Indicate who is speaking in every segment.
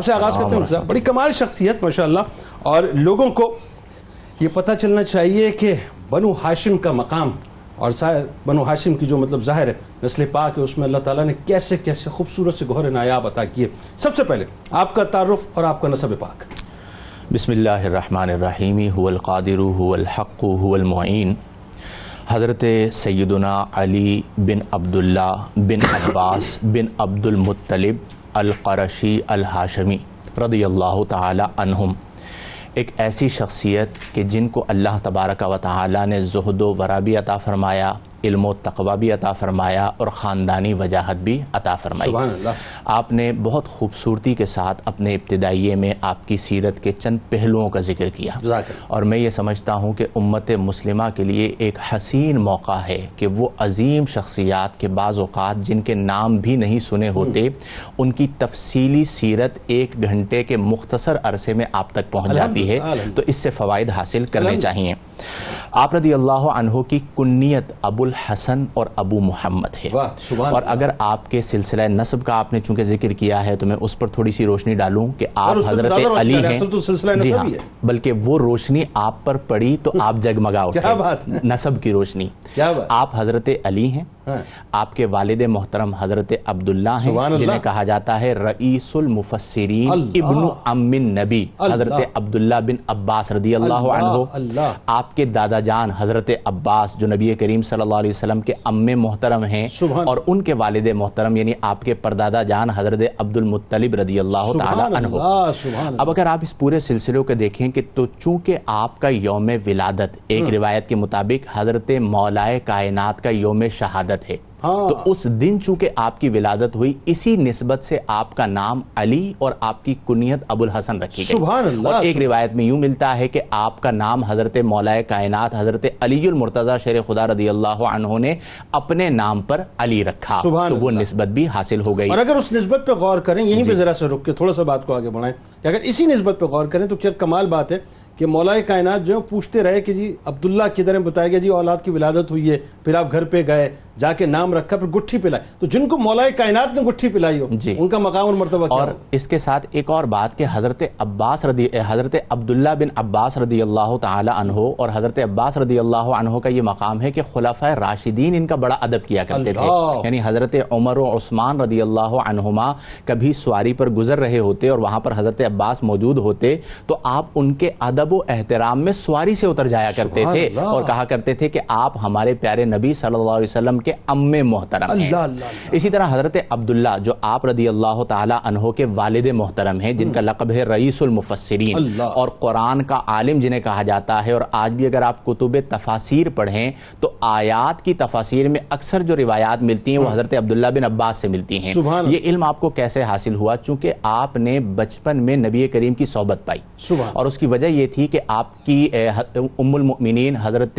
Speaker 1: آپ سے آغاز کرتے ہیں صاحب بڑی کمال شخصیت ماشاءاللہ اور لوگوں کو یہ پتہ چلنا چاہیے کہ بنو ہاشم کا مقام اور سا- بنو ہاشم کی جو مطلب ظاہر ہے نسل پاک ہے اس میں اللہ تعالیٰ نے کیسے کیسے خوبصورت سے گہر نایاب عطا کیے سب سے پہلے آپ کا تعارف اور آپ کا نصب پاک
Speaker 2: بسم اللہ الرحمن الرحیم هو القادر هو الحق هو المعین حضرت سیدنا علی بن عبداللہ بن عباس بن عبد المطلب القرشی الحاشمی رضی اللہ تعالی عنہم ایک ایسی شخصیت کہ جن کو اللہ تبارک و تعالی نے زہد و ورا بھی عطا فرمایا علم و تقوی بھی عطا فرمایا اور خاندانی وجاہت بھی عطا فرمائی
Speaker 1: سبحان اللہ
Speaker 2: آپ نے بہت خوبصورتی کے ساتھ اپنے ابتدائیے میں آپ کی سیرت کے چند پہلوؤں کا ذکر کیا
Speaker 1: جزاک اللہ
Speaker 2: اور میں یہ سمجھتا ہوں کہ امت مسلمہ کے لیے ایک حسین موقع ہے کہ وہ عظیم شخصیات کے بعض اوقات جن کے نام بھی نہیں سنے ہوتے ان کی تفصیلی سیرت ایک گھنٹے کے مختصر عرصے میں آپ تک پہنچ جاتی ہے
Speaker 1: الحمدللہ،
Speaker 2: تو اس سے فوائد حاصل کرنے
Speaker 1: الحمدللہ۔
Speaker 2: چاہیے آپ رضی اللہ عنہ کی کنیت ابو الحسن اور ابو محمد ہے
Speaker 1: واہ، سبحان
Speaker 2: اور
Speaker 1: اللہ۔
Speaker 2: اگر آپ کے سلسلہ نصب کا آپ نے چونکہ ذکر کیا ہے تو میں اس پر تھوڑی سی روشنی ڈالوں کہ آپ
Speaker 1: اس پہ تو
Speaker 2: حضرت
Speaker 1: زیادہ روشنی
Speaker 2: علی
Speaker 1: ڈالیں،
Speaker 2: ہیں
Speaker 1: اصل تو سلسلہ
Speaker 2: جی
Speaker 1: نصب
Speaker 2: ہاں
Speaker 1: ہی ہے۔
Speaker 2: بلکہ وہ روشنی آپ پر پڑی تو آپ جگمگا
Speaker 1: کیا بات ہے؟
Speaker 2: اٹھے نصب کی روشنی
Speaker 1: کیا بات؟
Speaker 2: آپ حضرت علی ہیں
Speaker 1: ہاں۔
Speaker 2: آپ کے والد محترم حضرت عبداللہ
Speaker 1: سبحان
Speaker 2: ہیں
Speaker 1: اللہ۔
Speaker 2: جنہیں کہا جاتا ہے رئیس المفسرین
Speaker 1: اللہ۔
Speaker 2: ابن ام نبی
Speaker 1: اللہ۔
Speaker 2: حضرت عبداللہ بن عباس رضی اللہ
Speaker 1: اللہ،
Speaker 2: عنہ
Speaker 1: اللہ۔
Speaker 2: آپ کے دادا جان حضرت عباس جو نبی کریم صلی اللہ علیہ وسلم کے ام محترم ہیں
Speaker 1: سبحان
Speaker 2: اور ان کے والد محترم یعنی آپ کے پردادا جان حضرت عبد المطلب رضی اللہ
Speaker 1: سبحان
Speaker 2: تعالی عنہ
Speaker 1: اللہ سبحان اللہ
Speaker 2: اب اگر آپ اس پورے سلسلے کو دیکھیں کہ تو چونکہ آپ کا یوم ولادت
Speaker 1: ہاں۔
Speaker 2: ایک روایت کے مطابق حضرت مولائے کائنات کا یوم شہادت ہے
Speaker 1: ہاں۔
Speaker 2: تو اس دن چونکہ آپ کی ولادت ہوئی اسی نسبت سے آپ کا نام علی اور آپ کی کنیت ابو الحسن رکھی
Speaker 1: سبحان
Speaker 2: گئی
Speaker 1: اللہ،
Speaker 2: اور ایک
Speaker 1: سبحان
Speaker 2: روایت میں یوں ملتا ہے کہ آپ کا نام حضرت مولائے کائنات حضرت علی المرتضی شیر خدا رضی اللہ عنہ نے اپنے نام پر علی رکھا
Speaker 1: سبحان
Speaker 2: تو وہ
Speaker 1: اللہ۔
Speaker 2: نسبت بھی حاصل ہو گئی
Speaker 1: اور اگر اس نسبت پہ غور کریں یہیں
Speaker 2: جی۔
Speaker 1: پہ ذرا سا رک کے تھوڑا سا بات کو آگے بڑھائیں کہ اگر اسی نسبت پہ غور کریں تو کیا کمال بات ہے کہ مولا کائنات جو ہیں پوچھتے رہے کہ جی عبداللہ کدھر ہے بتایا گیا جی اولاد کی ولادت ہوئی ہے پھر آپ گھر پہ گئے جا کے نام رکھا پھر گٹھی پلائی تو جن کو مولا کائنات نے گٹھی پلائی ہو
Speaker 2: جی۔
Speaker 1: ان کا مقام اور مرتبہ کیا
Speaker 2: اور اس کے ساتھ ایک اور بات کہ حضرت عباس رضی حضرت عبداللہ بن عباس رضی اللہ تعالی عنہ اور حضرت عباس رضی اللہ عنہ کا یہ مقام ہے کہ خلفۂ راشدین ان کا بڑا ادب کیا کرتے تھے
Speaker 1: اللہ!
Speaker 2: یعنی حضرت عمر و عثمان رضی اللہ عنہما کبھی سواری پر گزر رہے ہوتے اور وہاں پر حضرت عباس موجود ہوتے تو آپ ان کے ادب و احترام میں سواری سے اتر جایا کرتے
Speaker 1: سبحان
Speaker 2: تھے
Speaker 1: اللہ!
Speaker 2: اور کہا کرتے تھے کہ آپ ہمارے پیارے نبی صلی اللہ علیہ وسلم کے ام محترم ہیں
Speaker 1: اللہ، اللہ
Speaker 2: اسی طرح حضرت عبداللہ جو آپ رضی اللہ تعالیٰ عنہ کے والد محترم ہیں جن کا لقب ہے رئیس المفسرین
Speaker 1: اللہ۔
Speaker 2: اور قرآن کا عالم جنہیں کہا جاتا ہے اور آج بھی اگر آپ کتب تفاسیر پڑھیں تو آیات کی تفاسیر میں اکثر جو روایات ملتی ہیں وہ حضرت عبداللہ بن عباس سے ملتی ہیں
Speaker 1: ہاں۔ سبحان اللہ۔
Speaker 2: یہ علم آپ کو کیسے حاصل ہوا چونکہ آپ نے بچپن میں نبی کریم کی صحبت پائی
Speaker 1: سبحان
Speaker 2: اور اس کی وجہ یہ تھی کہ آپ کی اے، ح- ام المؤمنین حضرت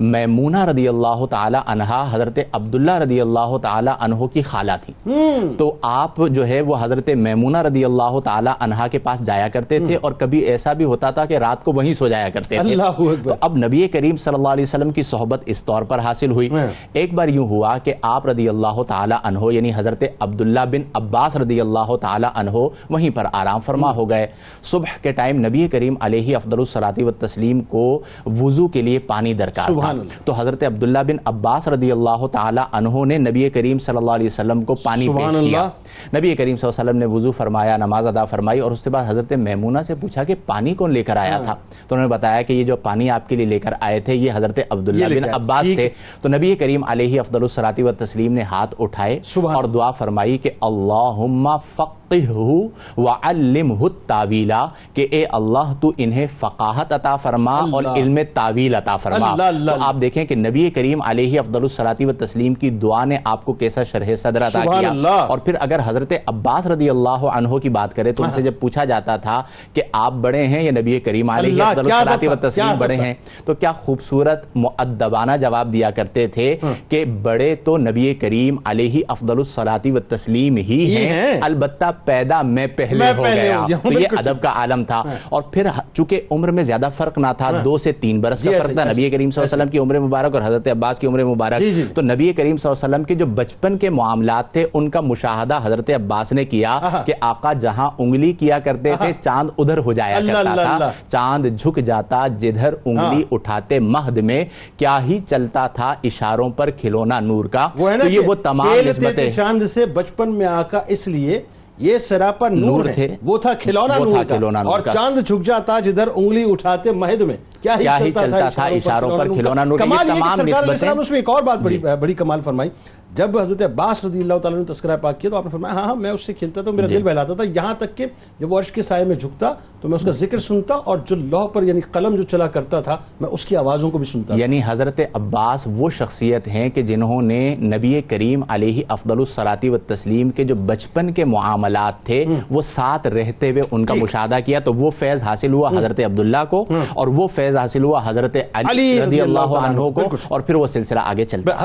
Speaker 2: میمونہ رضی اللہ تعالی عنہا حضرت عبداللہ رضی اللہ تعالی عنہ کی خالہ تھی
Speaker 1: ہوں
Speaker 2: تو آپ جو ہے وہ حضرت میمونہ رضی اللہ تعالی عنہا کے پاس جایا کرتے تھے اور کبھی ایسا بھی ہوتا تھا کہ رات کو وہیں سو جایا کرتے تھے
Speaker 1: اللہ
Speaker 2: تو
Speaker 1: اکبر
Speaker 2: اب نبی کریم صلی اللہ علیہ وسلم کی صحبت اس طور پر حاصل ہوئی
Speaker 1: ہاں۔
Speaker 2: ایک بار یوں ہوا کہ آپ رضی اللہ تعالی عنہ یعنی حضرت عبداللہ بن عباس رضی اللہ تعالی عنہ وہیں پر آرام فرما ہو گئے صبح کے ٹائم نبی کریم علیہ افضل الصلاۃ والتسلیم کو وضو کے لیے پانی درکار تھا
Speaker 1: سبحان اللہ۔
Speaker 2: تو حضرت عبداللہ بن عباس رضی اللہ تعالی عنہ نے نبی کریم صلی اللہ علیہ وسلم کو پانی
Speaker 1: سبحان
Speaker 2: پیش کیا
Speaker 1: اللہ۔
Speaker 2: نبی کریم صلی اللہ علیہ وسلم نے وضو فرمایا نماز ادا فرمائی اور اس کے بعد حضرت میمونہ سے پوچھا کہ پانی کون لے کر آیا تھا تو انہوں نے بتایا کہ یہ جو پانی آپ کے لیے لے کر آئے تھے یہ حضرت عبداللہ
Speaker 1: لے
Speaker 2: بن
Speaker 1: کے آئے،
Speaker 2: عباس
Speaker 1: ٹھیک
Speaker 2: تھے تو نبی کریم علیہ افضل الصلاۃ والتسلیم نے ہاتھ اٹھائے
Speaker 1: سبحان
Speaker 2: اور دعا فرمائی کہ اللہم فقہہ وعلمہ التاویلہ کہ اے اللہ تو انہیں فقاہت عطا فرما اور
Speaker 1: اللہ۔
Speaker 2: علم تعویل عطا فرما
Speaker 1: اللہ، اللہ،
Speaker 2: تو آپ دیکھیں کہ نبی کریم علیہ افضل الصلاۃ والتسلیم کی دعا نے آپ کو کیسا شرح صدر عطا
Speaker 1: سبحان
Speaker 2: کیا
Speaker 1: اللہ۔
Speaker 2: اور پھر اگر حضرت عباس رضی اللہ عنہ کی بات کریں تو ان سے
Speaker 1: ہاں۔
Speaker 2: جب پوچھا جاتا تھا کہ آپ بڑے ہیں یا نبی کریم علیہ
Speaker 1: اللہ،
Speaker 2: افضل
Speaker 1: کیا
Speaker 2: الصلاۃ
Speaker 1: بتا- کیا
Speaker 2: والتسلیم بڑے
Speaker 1: بتا-
Speaker 2: ہیں تو کیا خوبصورت معدبانہ جواب دیا کرتے تھے
Speaker 1: ہاں۔
Speaker 2: کہ بڑے تو نبی کریم علیہ افضل الصلاۃ والتسلیم ہی
Speaker 1: ہی
Speaker 2: ہیں
Speaker 1: ہیں۔
Speaker 2: البتہ پیدا میں پہلے
Speaker 1: میں
Speaker 2: ہو
Speaker 1: پہلے
Speaker 2: گیا
Speaker 1: ہو گیا ہوں،
Speaker 2: تو یہ
Speaker 1: بالکل ہاں۔
Speaker 2: ادب کا عالم تھا اور پھر چونکہ عمر میں زیادہ فرق نہ تھا دو سے تین برس کا
Speaker 1: جی،
Speaker 2: فرق
Speaker 1: ایسے-
Speaker 2: تھا نبی
Speaker 1: ایسے-
Speaker 2: کریم صلی اللہ علیہ وسلم کی عمر مبارک اور حضرت عباس کی عمر مبارک
Speaker 1: جی، جی۔
Speaker 2: تو نبی کریم صلی اللہ علیہ وسلم کے جو بچپن کے معاملات تھے ان کا مشاہدہ حضرت عباس نے کیا
Speaker 1: آہا۔
Speaker 2: کہ آقا جہاں انگلی کیا کرتے تھے چاند ادھر ہو جایا
Speaker 1: اللہ،
Speaker 2: کرتا
Speaker 1: اللہ،
Speaker 2: تھا
Speaker 1: اللہ۔ ہاں۔
Speaker 2: چاند جھک جاتا جدھر انگلی اٹھاتے مہد میں کیا ہی چلتا تھا اشاروں پر کھلونا نور کا
Speaker 1: وہ ہے نا
Speaker 2: تو یہ وہ تمام
Speaker 1: کھیلتے
Speaker 2: نسبتیں
Speaker 1: تھے چاند سے بچپن میں آقا اس لیے یہ سراپا نور
Speaker 2: نور
Speaker 1: ہے
Speaker 2: تھے۔
Speaker 1: وہ تھا کھلونا
Speaker 2: وہ تھا
Speaker 1: نور کا
Speaker 2: کھلونا نور
Speaker 1: اور
Speaker 2: کا۔
Speaker 1: چاند جھک جاتا جدھر انگلی اٹھاتے مہد میں کیا
Speaker 2: کیا
Speaker 1: ہی چلتا تھا اشاروں پر کھلونا نور
Speaker 2: کا۔
Speaker 1: کمال
Speaker 2: یہ
Speaker 1: یہ کہ
Speaker 2: تمام
Speaker 1: سرکار علیہ
Speaker 2: نسبتیں- جی۔
Speaker 1: السلام اس میں ایک اور بات بڑی بڑی کمال فرمائی جب حضرت عباس رضی اللہ تعالیٰ نے تذکرہ پاک کیا تو آپ نے فرمایا ہاں ہاں میں اس سے کھیلتا تھا میرا
Speaker 2: جی۔
Speaker 1: دل بہلاتا تھا یہاں تک کہ جب وہ عرش کے سائے میں جھکتا تو میں اس کا ذکر سنتا اور جو لوہ پر یعنی قلم جو چلا کرتا تھا میں اس کی آوازوں کو بھی سنتا تھا
Speaker 2: یعنی حضرت عباس وہ شخصیت ہیں کہ جنہوں نے نبی کریم علیہ افضل الصلاتی و تسلیم کے جو بچپن کے معاملات تھے وہ ساتھ رہتے ہوئے ان کا مشاہدہ کیا تو وہ فیض حاصل ہوا حضرت عبداللہ کو اور وہ فیض حاصل ہوا حضرت علی رضی اللہ عنہ کو اور پھر وہ سلسلہ آگے چلتا